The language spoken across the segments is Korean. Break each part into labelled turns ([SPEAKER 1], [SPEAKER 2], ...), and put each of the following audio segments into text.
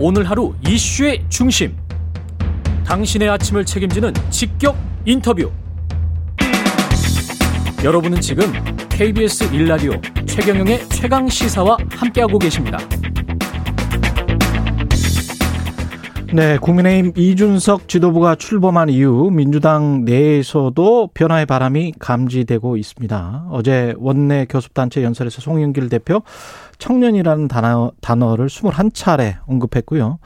[SPEAKER 1] 오늘 하루 이슈의 중심. 당신의 아침을 책임지는 직격 인터뷰. 여러분은 지금 KBS 1라디오 최경영의 최강 시사와 함께하고 계십니다.
[SPEAKER 2] 네, 국민의힘 이준석 지도부가 출범한 이후 민주당 내에서도 변화의 바람이 감지되고 있습니다. 어제 원내 교섭단체 연설에서 송영길 대표 청년이라는 단어, 단어를 21차례 언급했고요.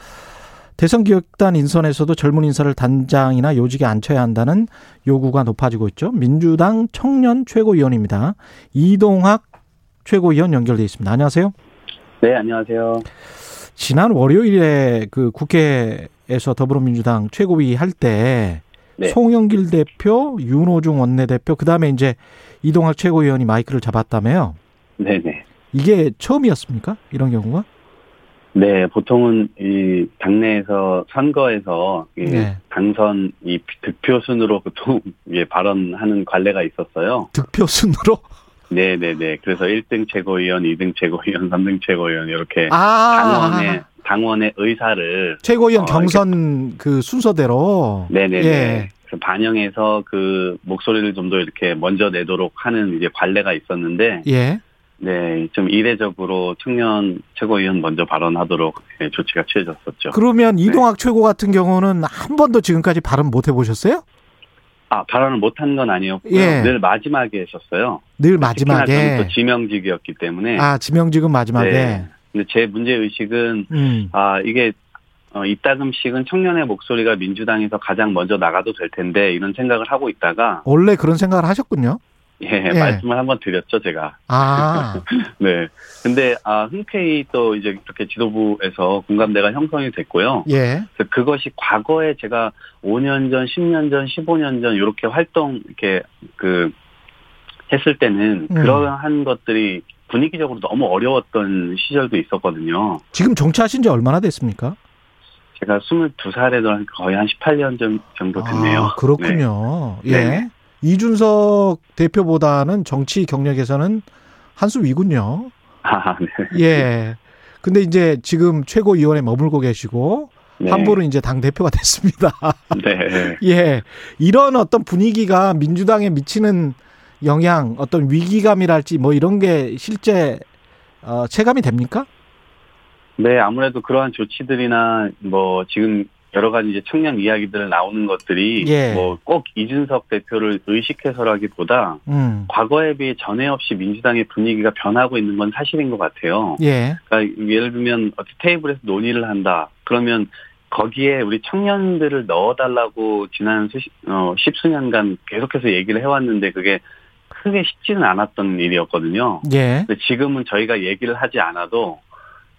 [SPEAKER 2] 대선 기획단 인선에서도 젊은 인사를 단장이나 요직에 앉혀야 한다는 요구가 높아지고 있죠. 민주당 청년 최고위원입니다. 이동학 최고위원 연결돼 있습니다. 안녕하세요.
[SPEAKER 3] 네, 안녕하세요.
[SPEAKER 2] 지난 월요일에 그 국회에서 더불어민주당 최고위 할 때
[SPEAKER 3] 네.
[SPEAKER 2] 송영길 대표, 윤호중 원내대표, 그 다음에 이제 이동학 최고위원이 마이크를 잡았다며요.
[SPEAKER 3] 네네.
[SPEAKER 2] 이게 처음이었습니까? 이런 경우가?
[SPEAKER 3] 네, 보통은 이 당내에서 선거에서 이
[SPEAKER 2] 네.
[SPEAKER 3] 당선 이 득표 순으로 보통 예, 발언하는 관례가 있었어요.
[SPEAKER 2] 득표 순으로?
[SPEAKER 3] 네네네. 그래서 1등 최고위원, 2등 최고위원, 3등 최고위원 이렇게
[SPEAKER 2] 아,
[SPEAKER 3] 당원의 당원의 의사를
[SPEAKER 2] 최고위원
[SPEAKER 3] 어,
[SPEAKER 2] 경선 그 순서대로.
[SPEAKER 3] 네네네.
[SPEAKER 2] 예.
[SPEAKER 3] 그래서 반영해서 그 목소리를 좀 더 이렇게 먼저 내도록 하는 이제 관례가 있었는데,
[SPEAKER 2] 예.
[SPEAKER 3] 네, 좀 이례적으로 청년 최고위원 먼저 발언하도록 예, 조치가 취해졌었죠.
[SPEAKER 2] 그러면
[SPEAKER 3] 네.
[SPEAKER 2] 이동학 최고 같은 경우는 한 번도 지금까지 발언 못 해보셨어요?
[SPEAKER 3] 아 발언을 못한 건 아니었고요.
[SPEAKER 2] 예.
[SPEAKER 3] 늘 마지막에 했었어요.
[SPEAKER 2] 늘
[SPEAKER 3] 네, 특히나 저는
[SPEAKER 2] 마지막에.
[SPEAKER 3] 또 지명직이었기 때문에.
[SPEAKER 2] 아, 지명직은 마지막에.
[SPEAKER 3] 네. 근데 제 문제 의식은
[SPEAKER 2] 음.
[SPEAKER 3] 아 이게 어, 이따금씩은 청년의 목소리가 민주당에서 가장 먼저 나가도 될 텐데 이런 생각을 하고 있다가
[SPEAKER 2] 원래 그런 생각을 하셨군요.
[SPEAKER 3] 예,
[SPEAKER 2] 예.
[SPEAKER 3] 말씀을 한번 드렸죠 제가.
[SPEAKER 2] 아,
[SPEAKER 3] 네. 근데 아 흔쾌히 또 이제 이렇게 지도부에서 공감대가 형성이 됐고요.
[SPEAKER 2] 예.
[SPEAKER 3] 그래서 그것이 과거에 제가 5년 전, 10년 전, 15년 전 이렇게 활동 이렇게 그 했을 때는
[SPEAKER 2] 음.
[SPEAKER 3] 그러한 것들이 분위기적으로 너무 어려웠던 시절도 있었거든요.
[SPEAKER 2] 지금 정치하신 지 얼마나 됐습니까?
[SPEAKER 3] 제가 22살에 거의 한 18년 전 정도 됐네요.
[SPEAKER 2] 아, 그렇군요.
[SPEAKER 3] 네.
[SPEAKER 2] 예.
[SPEAKER 3] 네.
[SPEAKER 2] 이준석 대표보다는 정치 경력에서는 한 수 위군요.
[SPEAKER 3] 네. 아, 네.
[SPEAKER 2] 예. 근데 이제 지금 최고위원에 머물고 계시고
[SPEAKER 3] 네.
[SPEAKER 2] 함부로 이제 당 대표가 됐습니다.
[SPEAKER 3] 네.
[SPEAKER 2] 예. 이런 어떤 분위기가 민주당에 미치는 영향, 어떤 위기감이랄지 뭐 이런 게 실제 어, 체감이 됩니까?
[SPEAKER 3] 네, 아무래도 그러한 조치들이나 뭐 지금 여러 가지 이제 청년 이야기들 나오는 것들이
[SPEAKER 2] 예.
[SPEAKER 3] 뭐 꼭 이준석 대표를 의식해서라기보다
[SPEAKER 2] 음.
[SPEAKER 3] 과거에 비해 전에 없이 민주당의 분위기가 변하고 있는 건 사실인 것 같아요.
[SPEAKER 2] 예.
[SPEAKER 3] 그러니까 예를 들면 어떤 테이블에서 논의를 한다. 그러면 거기에 우리 청년들을 넣어달라고 지난 수십, 어, 십수년간 계속해서 얘기를 해왔는데 그게 크게 쉽지는 않았던 일이었거든요.
[SPEAKER 2] 예.
[SPEAKER 3] 근데 지금은 저희가 얘기를 하지 않아도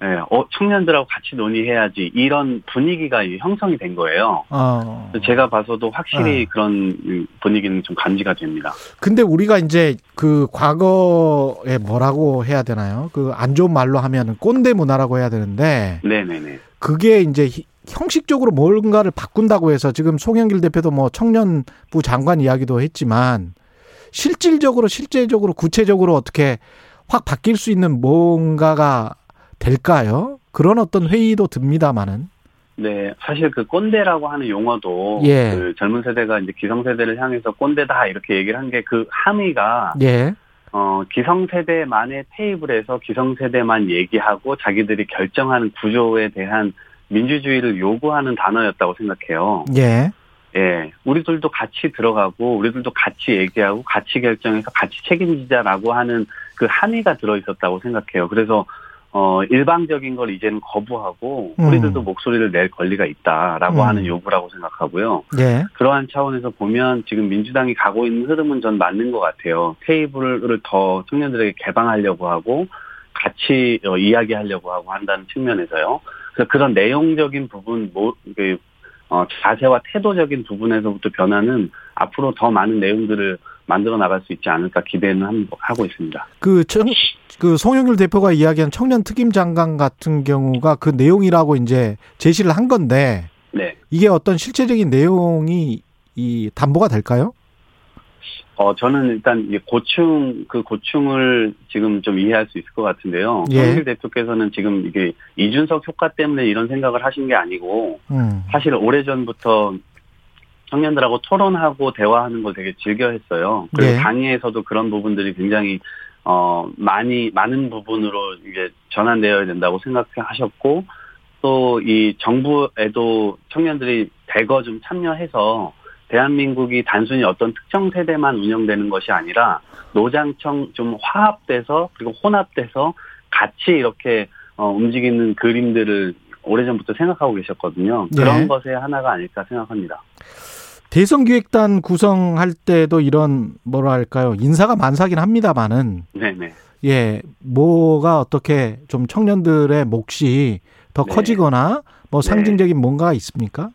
[SPEAKER 3] 예, 어, 청년들하고 같이 논의해야지 이런 분위기가 이 형성이 된 거예요.
[SPEAKER 2] 어.
[SPEAKER 3] 그래서 제가 봐서도 확실히
[SPEAKER 2] 아.
[SPEAKER 3] 그런 음, 분위기는 좀 감지가 됩니다.
[SPEAKER 2] 근데 우리가 이제 그 과거에 뭐라고 해야 되나요? 그 안 좋은 말로 하면은 꼰대 문화라고 해야 되는데
[SPEAKER 3] 네네네.
[SPEAKER 2] 그게 이제 히- 형식적으로 뭔가를 바꾼다고 해서 지금 송영길 대표도 뭐 청년부 장관 이야기도 했지만 실질적으로 실제적으로 구체적으로 어떻게 확 바뀔 수 있는 뭔가가 될까요? 그런 어떤 회의도 듭니다만은
[SPEAKER 3] 네, 사실 그 꼰대라고 하는 용어도
[SPEAKER 2] 예.
[SPEAKER 3] 그 젊은 세대가 이제 기성세대를 향해서 꼰대다 이렇게 얘기를 한 게 그 함의가
[SPEAKER 2] 예,
[SPEAKER 3] 어 기성세대만의 테이블에서 기성세대만 얘기하고 자기들이 결정하는 구조에 대한 민주주의를 요구하는 단어였다고 생각해요.
[SPEAKER 2] 예,
[SPEAKER 3] 예, 우리들도 같이 들어가고 우리들도 같이 얘기하고 같이 결정해서 같이 책임지자라고 하는 그 함의가 들어 있었다고 생각해요. 그래서 어 일방적인 걸 이제는 거부하고
[SPEAKER 2] 음.
[SPEAKER 3] 우리들도 목소리를 낼 권리가 있다라고
[SPEAKER 2] 음.
[SPEAKER 3] 하는 요구라고 생각하고요.
[SPEAKER 2] 예,
[SPEAKER 3] 그러한 차원에서 보면 지금 민주당이 가고 있는 흐름은 전 맞는 것 같아요. 테이블을 더 청년들에게 개방하려고 하고 같이 어, 이야기하려고 하고 한다는 측면에서요. 그래서 그런 내용적인 부분, 뭐, 그, 어, 자세와 태도적인 부분에서부터 변화는 앞으로 더 많은 내용들을 만들어 나갈 수 있지 않을까 기대는 함- 하고 있습니다.
[SPEAKER 2] 그, 청, 그 송영길 대표가 이야기한 청년 특임 장관 같은 경우가 그 내용이라고 이제 제시를 한 건데
[SPEAKER 3] 네.
[SPEAKER 2] 이게 어떤 실제적인 내용이 이 담보가 될까요?
[SPEAKER 3] 어, 저는 일단 이 고충, 그 고충을 지금 좀 이해할 수 있을 것 같은데요.
[SPEAKER 2] 예.
[SPEAKER 3] 송일 대표께서는 지금 이게 이준석 효과 때문에 이런 생각을 하신 게 아니고,
[SPEAKER 2] 음.
[SPEAKER 3] 사실 오래전부터 청년들하고 토론하고 대화하는 걸 되게 즐겨 했어요. 그리고
[SPEAKER 2] 예.
[SPEAKER 3] 당에서도 그런 부분들이 굉장히 어 많이 많은 부분으로 이제 전환되어야 된다고 생각하셨고 또 이 정부에도 청년들이 대거 좀 참여해서 대한민국이 단순히 어떤 특정 세대만 운영되는 것이 아니라 노장청 좀 화합돼서 그리고 혼합돼서 같이 이렇게 어, 움직이는 그림들을 오래전부터 생각하고 계셨거든요.
[SPEAKER 2] 네.
[SPEAKER 3] 그런 것의 하나가 아닐까 생각합니다.
[SPEAKER 2] 대선 기획단 구성할 때도 이런 뭐랄까요 인사가 만사긴 합니다만은
[SPEAKER 3] 네네.
[SPEAKER 2] 예 뭐가 어떻게 좀 청년들의 몫이 더
[SPEAKER 3] 네.
[SPEAKER 2] 커지거나 뭐
[SPEAKER 3] 네.
[SPEAKER 2] 상징적인 뭔가가 있습니까?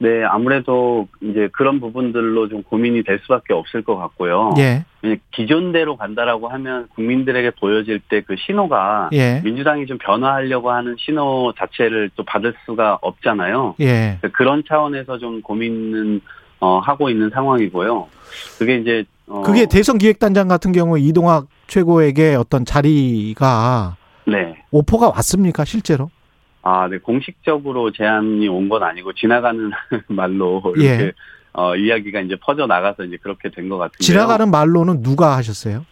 [SPEAKER 3] 네, 아무래도 이제 그런 부분들로 좀 고민이 될 수밖에 없을 것 같고요.
[SPEAKER 2] 예,
[SPEAKER 3] 왜냐면 기존대로 간다라고 하면 국민들에게 보여질 때 그 신호가
[SPEAKER 2] 예,
[SPEAKER 3] 민주당이 좀 변화하려고 하는 신호 자체를 또 받을 수가 없잖아요.
[SPEAKER 2] 예,
[SPEAKER 3] 그런 차원에서 좀 고민은 어, 하고 있는 상황이고요. 그게 이제 어,
[SPEAKER 2] 그게 대선 기획단장 같은 경우 이동학 최고에게 어떤 자리가
[SPEAKER 3] 네.
[SPEAKER 2] 오퍼가 왔습니까 실제로?
[SPEAKER 3] 아, 네. 공식적으로 제안이 온 건 아니고 지나가는 말로 이렇게
[SPEAKER 2] 예.
[SPEAKER 3] 어, 이야기가 이제 퍼져 나가서 이제 그렇게 된 것 같은데.
[SPEAKER 2] 지나가는 말로는 누가 하셨어요?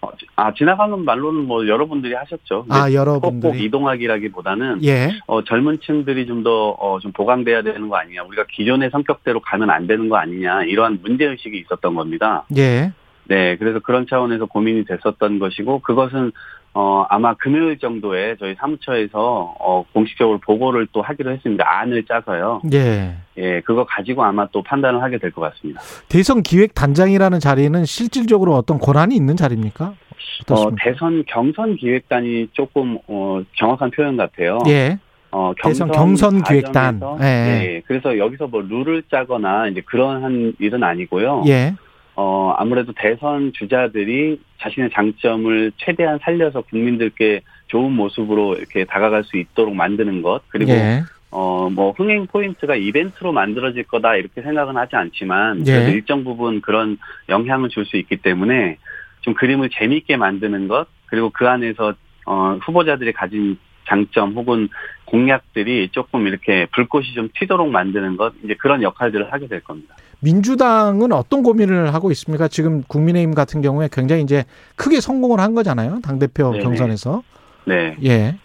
[SPEAKER 3] 어, 지- 아, 지나가는 말로는 뭐 여러분들이 하셨죠. 근데
[SPEAKER 2] 아
[SPEAKER 3] 꼭꼭
[SPEAKER 2] 여러분들이
[SPEAKER 3] 이동하기라기보다는
[SPEAKER 2] 예,
[SPEAKER 3] 어, 젊은 층들이 좀 더 어, 좀 보강돼야 되는 거 아니냐. 우리가 기존의 성격대로 가면 안 되는 거 아니냐. 이러한 문제 의식이 있었던 겁니다.
[SPEAKER 2] 예,
[SPEAKER 3] 네, 그래서 그런 차원에서 고민이 됐었던 것이고 그것은 어, 아마 금요일 정도에 저희 사무처에서 어, 공식적으로 보고를 또 하기로 했습니다. 안을 짜서요.
[SPEAKER 2] 예.
[SPEAKER 3] 예, 그거 가지고 아마 또 판단을 하게 될 것 같습니다.
[SPEAKER 2] 대선 기획 단장이라는 자리는 실질적으로 어떤 권한이 있는 자리입니까?
[SPEAKER 3] 어,
[SPEAKER 2] 어떻습니까?
[SPEAKER 3] 대선 경선 기획단이 조금 어, 정확한 표현 같아요.
[SPEAKER 2] 예,
[SPEAKER 3] 어,
[SPEAKER 2] 대선 경선 기획단.
[SPEAKER 3] 과정에서,
[SPEAKER 2] 예.
[SPEAKER 3] 예, 그래서 여기서 뭐 룰을 짜거나 이제 그런 한 일은 아니고요.
[SPEAKER 2] 예,
[SPEAKER 3] 어, 아무래도 대선 주자들이 자신의 장점을 최대한 살려서 국민들께 좋은 모습으로 이렇게 다가갈 수 있도록 만드는 것, 그리고,
[SPEAKER 2] 예,
[SPEAKER 3] 어, 뭐, 흥행 포인트가 이벤트로 만들어질 거다, 이렇게 생각은 하지 않지만, 그래도
[SPEAKER 2] 예.
[SPEAKER 3] 일정 부분 그런 영향을 줄 수 있기 때문에, 좀 그림을 재미있게 만드는 것, 그리고 그 안에서, 어, 후보자들이 가진 장점 혹은 공약들이 조금 이렇게 불꽃이 좀 튀도록 만드는 것, 이제 그런 역할들을 하게 될 겁니다.
[SPEAKER 2] 민주당은 어떤 고민을 하고 있습니까? 지금 국민의힘 같은 경우에 굉장히 이제 크게 성공을 한 거잖아요. 당대표
[SPEAKER 3] 네네.
[SPEAKER 2] 경선에서.
[SPEAKER 3] 네.
[SPEAKER 2] 예,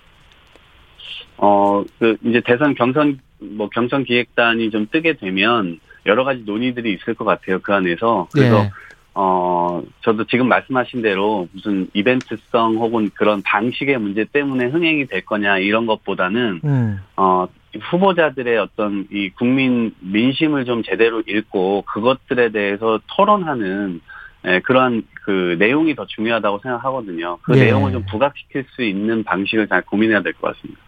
[SPEAKER 3] 어, 그, 이제 대선 경선, 뭐, 경선 기획단이 좀 뜨게 되면 여러 가지 논의들이 있을 것 같아요, 그 안에서. 그래서,
[SPEAKER 2] 예,
[SPEAKER 3] 어, 저도 지금 말씀하신 대로 무슨 이벤트성 혹은 그런 방식의 문제 때문에 흥행이 될 거냐, 이런 것보다는,
[SPEAKER 2] 음,
[SPEAKER 3] 어, 후보자들의 어떤 이 국민 민심을 좀 제대로 읽고 그것들에 대해서 토론하는 예, 그러한 그 내용이 더 중요하다고 생각하거든요. 그
[SPEAKER 2] 예.
[SPEAKER 3] 내용을 좀 부각시킬 수 있는 방식을 잘 고민해야 될 것 같습니다.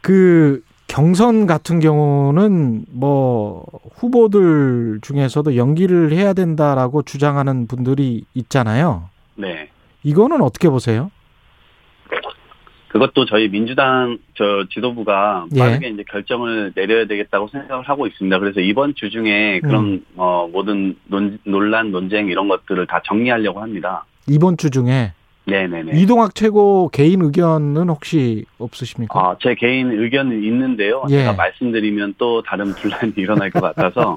[SPEAKER 2] 그 경선 같은 경우는 뭐 후보들 중에서도 연기를 해야 된다라고 주장하는 분들이 있잖아요.
[SPEAKER 3] 네.
[SPEAKER 2] 이거는 어떻게 보세요?
[SPEAKER 3] 그것도 저희 민주당 저 지도부가
[SPEAKER 2] 예.
[SPEAKER 3] 빠르게 이제 결정을 내려야 되겠다고 생각을 하고 있습니다. 그래서 이번 주 중에 그런
[SPEAKER 2] 음.
[SPEAKER 3] 어, 모든 논, 논란, 논쟁 이런 것들을 다 정리하려고 합니다.
[SPEAKER 2] 이번 주 중에
[SPEAKER 3] 네네네.
[SPEAKER 2] 이동학 최고 개인 의견은 혹시 없으십니까?
[SPEAKER 3] 아, 제 개인 의견은 있는데요.
[SPEAKER 2] 예.
[SPEAKER 3] 제가 말씀드리면 또 다른 분란이 일어날 것 같아서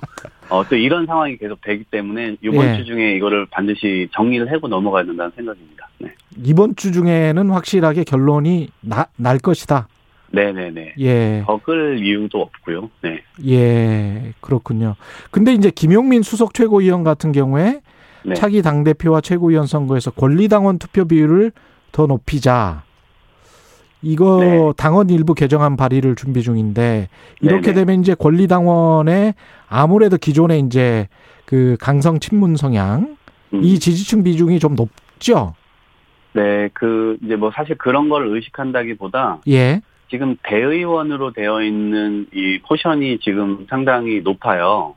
[SPEAKER 3] 어, 또 이런 상황이 계속 되기 때문에 이번
[SPEAKER 2] 예.
[SPEAKER 3] 주 중에 이거를 반드시 정리를 하고 넘어가야 된다는 생각입니다. 네.
[SPEAKER 2] 이번 주 중에는 확실하게 결론이 나, 날 것이다.
[SPEAKER 3] 네네네.
[SPEAKER 2] 예,
[SPEAKER 3] 적을 이유도 없고요. 네.
[SPEAKER 2] 예, 그렇군요. 근데 이제 김용민 수석 최고위원 같은 경우에
[SPEAKER 3] 네.
[SPEAKER 2] 차기 당대표와 최고위원 선거에서 권리당원 투표 비율을 더 높이자. 이거
[SPEAKER 3] 네.
[SPEAKER 2] 당원 일부 개정안 발의를 준비 중인데 이렇게
[SPEAKER 3] 네네.
[SPEAKER 2] 되면 이제 권리당원에 아무래도 기존에 이제 그 강성 친문 성향
[SPEAKER 3] 음.
[SPEAKER 2] 이 지지층 비중이 좀 높죠?
[SPEAKER 3] 네, 그, 이제 뭐 사실 그런 걸 의식한다기보다
[SPEAKER 2] 예.
[SPEAKER 3] 지금 대의원으로 되어 있는 이 포션이 지금 상당히 높아요.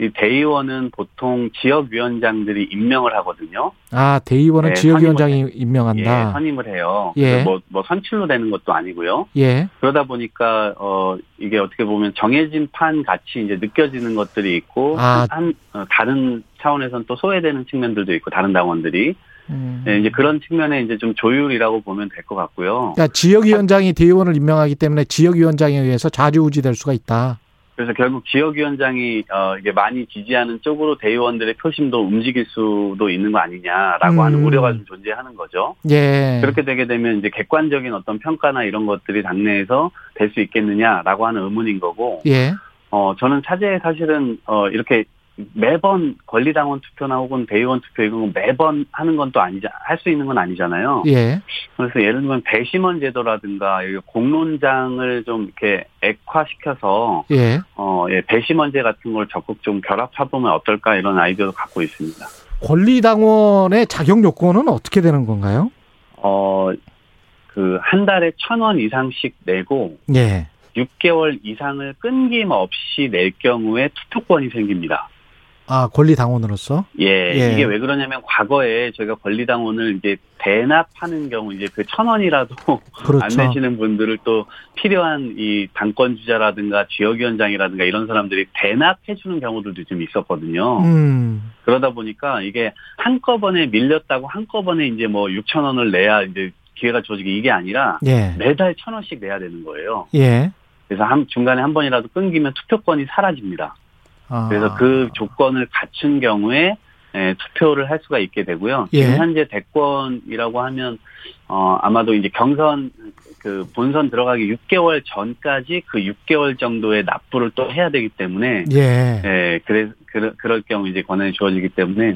[SPEAKER 3] 이 대의원은 보통 지역위원장들이 임명을 하거든요.
[SPEAKER 2] 아, 대의원은
[SPEAKER 3] 네,
[SPEAKER 2] 지역위원장이
[SPEAKER 3] 예,
[SPEAKER 2] 임명한다.
[SPEAKER 3] 선임을 해요.
[SPEAKER 2] 예.
[SPEAKER 3] 그래서 뭐, 뭐 선출로 되는 것도 아니고요.
[SPEAKER 2] 예.
[SPEAKER 3] 그러다 보니까 어 이게 어떻게 보면 정해진 판 같이 이제 느껴지는 것들이 있고
[SPEAKER 2] 아.
[SPEAKER 3] 한, 한, 어, 다른 차원에선 또 소외되는 측면들도 있고 다른 당원들이
[SPEAKER 2] 음.
[SPEAKER 3] 예, 이제 그런 측면에 이제 좀 조율이라고 보면 될 것 같고요.
[SPEAKER 2] 그러니까 지역위원장이 대의원을 임명하기 때문에 지역위원장에 의해서 좌지우지될 수가 있다.
[SPEAKER 3] 그래서 결국 지역위원장이 어 이게 많이 지지하는 쪽으로 대의원들의 표심도 움직일 수도 있는 거 아니냐라고 하는
[SPEAKER 2] 음.
[SPEAKER 3] 우려가 좀 존재하는 거죠.
[SPEAKER 2] 예.
[SPEAKER 3] 그렇게 되게 되면 이제 객관적인 어떤 평가나 이런 것들이 당내에서 될 수 있겠느냐라고 하는 의문인 거고
[SPEAKER 2] 예.
[SPEAKER 3] 어, 저는 차제에 사실은, 어, 이렇게 매번 권리당원 투표나 혹은 대의원 투표 이건 매번 하는 건 또 아니자, 할 수 있는 건 아니잖아요.
[SPEAKER 2] 예.
[SPEAKER 3] 그래서 예를 들면 배심원 제도라든가 이 공론장을 좀 이렇게 액화시켜서,
[SPEAKER 2] 예.
[SPEAKER 3] 어, 예, 배심원제 같은 걸 적극 좀 결합해보면 어떨까 이런 아이디어도 갖고 있습니다.
[SPEAKER 2] 권리당원의 자격 요건은 어떻게 되는 건가요?
[SPEAKER 3] 어, 그, 한 달에 천 원 이상씩 내고,
[SPEAKER 2] 예.
[SPEAKER 3] 6개월 이상을 끊김 없이 낼 경우에 투표권이 생깁니다.
[SPEAKER 2] 아, 권리당원으로서?
[SPEAKER 3] 예,
[SPEAKER 2] 예.
[SPEAKER 3] 이게 왜 그러냐면 과거에 저희가 권리당원을 이제 대납하는 경우 이제 그 천 원이라도
[SPEAKER 2] 그렇죠.
[SPEAKER 3] 안 내시는 분들을 또 필요한 이 당권 주자라든가 지역위원장이라든가 이런 사람들이 대납해 주는 경우들도 좀 있었거든요.
[SPEAKER 2] 음.
[SPEAKER 3] 그러다 보니까 이게 한꺼번에 밀렸다고 한꺼번에 이제 뭐 6천 원을 내야 이제 기회가 조직이 이게 아니라
[SPEAKER 2] 예.
[SPEAKER 3] 매달 천 원씩 내야 되는 거예요.
[SPEAKER 2] 예.
[SPEAKER 3] 그래서 한 중간에 한 번이라도 끊기면 투표권이 사라집니다.
[SPEAKER 2] 아.
[SPEAKER 3] 그래서 그 조건을 갖춘 경우에 예, 투표를 할 수가 있게 되고요.
[SPEAKER 2] 예.
[SPEAKER 3] 지금 현재 대권이라고 하면 어 아마도 이제 경선 그 본선 들어가기 6개월 전까지 그 6개월 정도의 납부를 또 해야 되기 때문에
[SPEAKER 2] 예.
[SPEAKER 3] 예, 그래 그럴, 그럴 경우 이제 권한이 주어지기 때문에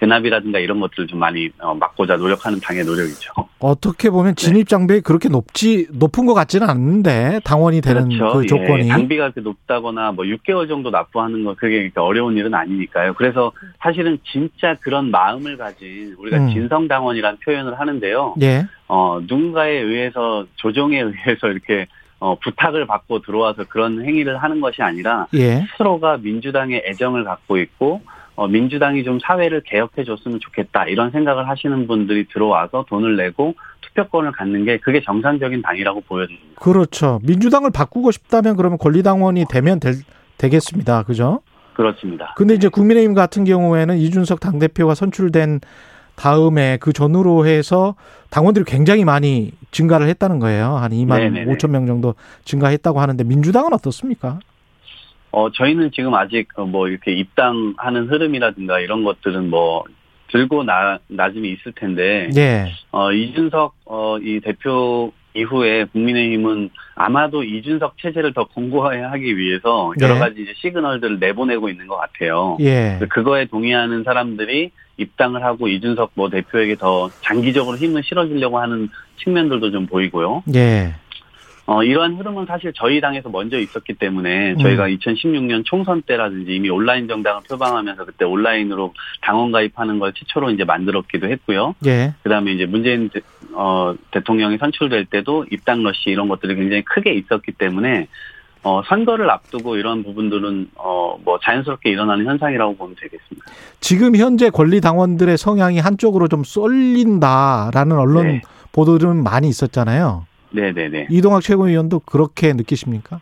[SPEAKER 3] 대납이라든가 이런 것들을 좀 많이 어, 막고자 노력하는 당의 노력이죠.
[SPEAKER 2] 어떻게 보면
[SPEAKER 3] 네.
[SPEAKER 2] 진입 장벽이 그렇게 높지 높은 것 같지는 않는데 당원이 되는 그
[SPEAKER 3] 예,
[SPEAKER 2] 조건이
[SPEAKER 3] 장비가 그렇게 높다거나 뭐 6개월 정도 납부하는 거 그게 그렇게 어려운 일은 아니니까요. 그래서 사실은 진짜 그런 마음을 가진 우리가
[SPEAKER 2] 음.
[SPEAKER 3] 진성당원이라는 표현을 하는데요.
[SPEAKER 2] 예.
[SPEAKER 3] 어, 누군가에 의해서 조정에 의해서 이렇게 어, 부탁을 받고 들어와서 그런 행위를 하는 것이 아니라
[SPEAKER 2] 예.
[SPEAKER 3] 스스로가 민주당에 애정을 갖고 있고 어, 민주당이 좀 사회를 개혁해 줬으면 좋겠다 이런 생각을 하시는 분들이 들어와서 돈을 내고 투표권을 갖는 게 그게 정상적인 당이라고 보여집니다.
[SPEAKER 2] 그렇죠. 민주당을 바꾸고 싶다면 그러면 권리당원이 되면 될, 되겠습니다. 그죠?
[SPEAKER 3] 그렇습니다.
[SPEAKER 2] 근데 이제 국민의힘 같은 경우에는 이준석 당대표가 선출된 다음에 그 전후로 해서 당원들이 굉장히 많이 증가를 했다는 거예요. 한 2만
[SPEAKER 3] 네네네.
[SPEAKER 2] 5천 명 정도 증가했다고 하는데 민주당은 어떻습니까?
[SPEAKER 3] 어, 저희는 지금 아직 어, 뭐 이렇게 입당하는 흐름이라든가 이런 것들은 뭐 들고 나, 나짐이 있을 텐데,
[SPEAKER 2] 예.
[SPEAKER 3] 어, 이준석, 어, 이 대표 이후에 국민의힘은 아마도 이준석 체제를 더 공고하기 위해서 여러
[SPEAKER 2] 네.
[SPEAKER 3] 가지 이제 시그널들을 내보내고 있는 것 같아요.
[SPEAKER 2] 예.
[SPEAKER 3] 그래서 그거에 동의하는 사람들이 입당을 하고 이준석 뭐 대표에게 더 장기적으로 힘을 실어주려고 하는 측면들도 좀 보이고요.
[SPEAKER 2] 예.
[SPEAKER 3] 어, 이러한 흐름은 사실 저희 당에서 먼저 있었기 때문에 저희가 2016년 총선 때라든지 이미 온라인 정당을 표방하면서 그때 온라인으로 당원 가입하는 걸 최초로 이제 만들었기도 했고요.
[SPEAKER 2] 예.
[SPEAKER 3] 그 다음에 이제 문재인 대, 어, 대통령이 선출될 때도 입당 러시 이런 것들이 굉장히 크게 있었기 때문에 어, 선거를 앞두고 이런 부분들은 어, 뭐 자연스럽게 일어나는 현상이라고 보면 되겠습니다.
[SPEAKER 2] 지금 현재 권리당원들의 성향이 한쪽으로 좀 쏠린다라는 언론
[SPEAKER 3] 네.
[SPEAKER 2] 보도들은 많이 있었잖아요.
[SPEAKER 3] 네네네.
[SPEAKER 2] 이동학 최고위원도 그렇게 느끼십니까?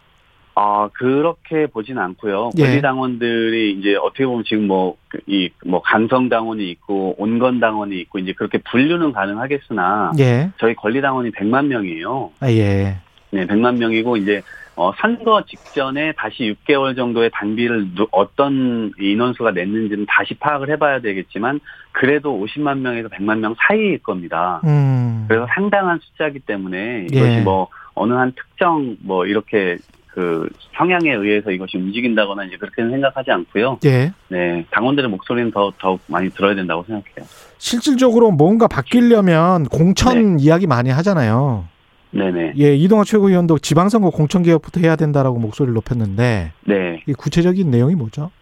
[SPEAKER 3] 아, 그렇게 보진 않고요.
[SPEAKER 2] 예.
[SPEAKER 3] 권리당원들이 이제 어떻게 보면 지금 뭐, 그 이, 뭐, 강성당원이 있고, 온건당원이 있고, 이제 그렇게 분류는 가능하겠으나,
[SPEAKER 2] 예.
[SPEAKER 3] 저희 권리당원이 100만 명이에요.
[SPEAKER 2] 아, 예.
[SPEAKER 3] 네, 100만 명이고, 이제, 어, 선거 직전에 다시 6개월 정도의 당비를 누- 어떤 인원수가 냈는지는 다시 파악을 해봐야 되겠지만, 그래도 50만 명에서 100만 명 사이일 겁니다.
[SPEAKER 2] 음.
[SPEAKER 3] 그래서 상당한 숫자이기 때문에 이것이
[SPEAKER 2] 예.
[SPEAKER 3] 뭐 어느 한 특정 뭐 이렇게 그 성향에 의해서 이것이 움직인다거나 이제 그렇게는 생각하지 않고요.
[SPEAKER 2] 예.
[SPEAKER 3] 네, 당원들의 목소리는 더 더욱 많이 들어야 된다고 생각해요.
[SPEAKER 2] 실질적으로 뭔가 바뀌려면 공천 이야기 많이 하잖아요.
[SPEAKER 3] 네네,
[SPEAKER 2] 예, 이동학 최고위원도 지방선거 공천 개혁부터 해야 된다라고 목소리를 높였는데
[SPEAKER 3] 네.
[SPEAKER 2] 이 구체적인 내용이 뭐죠?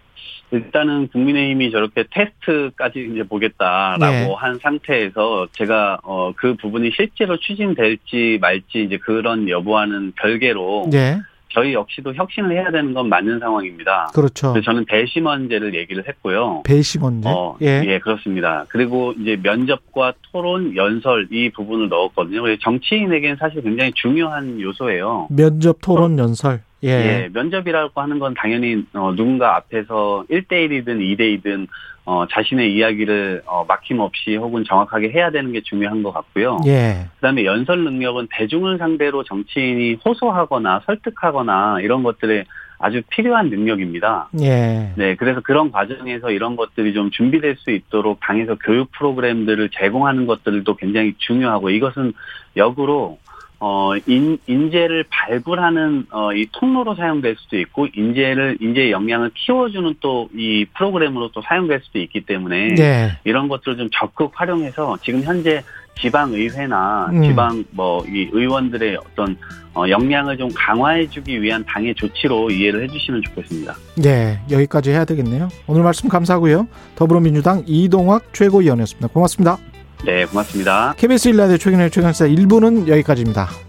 [SPEAKER 3] 일단은 국민의힘이 저렇게 테스트까지 이제 보겠다라고
[SPEAKER 2] 네.
[SPEAKER 3] 한 상태에서 제가 어 그 부분이 실제로 추진될지 말지 이제 그런 여부와는 별개로
[SPEAKER 2] 예,
[SPEAKER 3] 저희 역시도 혁신을 해야 되는 건 맞는 상황입니다.
[SPEAKER 2] 그렇죠.
[SPEAKER 3] 그래서 저는 배심원제를 얘기를 했고요.
[SPEAKER 2] 배심원제.
[SPEAKER 3] 어,
[SPEAKER 2] 예.
[SPEAKER 3] 예, 그렇습니다. 그리고 이제 면접과 토론, 연설 이 부분을 넣었거든요. 그래서 정치인에게는 사실 굉장히 중요한 요소예요.
[SPEAKER 2] 면접 토론 연설. 예.
[SPEAKER 3] 예, 면접이라고 하는 건 당연히 어, 누군가 앞에서 1대1이든 2대2든 어, 자신의 이야기를 어, 막힘없이 혹은 정확하게 해야 되는 게 중요한 것 같고요.
[SPEAKER 2] 예.
[SPEAKER 3] 그다음에 연설 능력은 대중을 상대로 정치인이 호소하거나 설득하거나 이런 것들에 아주 필요한 능력입니다.
[SPEAKER 2] 예.
[SPEAKER 3] 네, 그래서 그런 과정에서 이런 것들이 좀 준비될 수 있도록 당에서 교육 프로그램들을 제공하는 것들도 굉장히 중요하고 이것은 역으로 어, 인, 인재를 발굴하는 어, 이 통로로 사용될 수도 있고 인재를 인재의 역량을 키워주는 또 이 프로그램으로 또 사용될 수도 있기 때문에
[SPEAKER 2] 예.
[SPEAKER 3] 이런 것들을 좀 적극 활용해서 지금 현재 지방 의회나
[SPEAKER 2] 음.
[SPEAKER 3] 지방 뭐 이 의원들의 어떤 어, 역량을 좀 강화해주기 위한 당의 조치로 이해를 해주시면 좋겠습니다.
[SPEAKER 2] 예. 여기까지 해야 되겠네요. 오늘 말씀 감사하고요. 더불어민주당 이동학 최고위원이었습니다. 고맙습니다.
[SPEAKER 3] 네, 고맙습니다.
[SPEAKER 2] KBS 일라디오 최근의 최강사 1부는 여기까지입니다.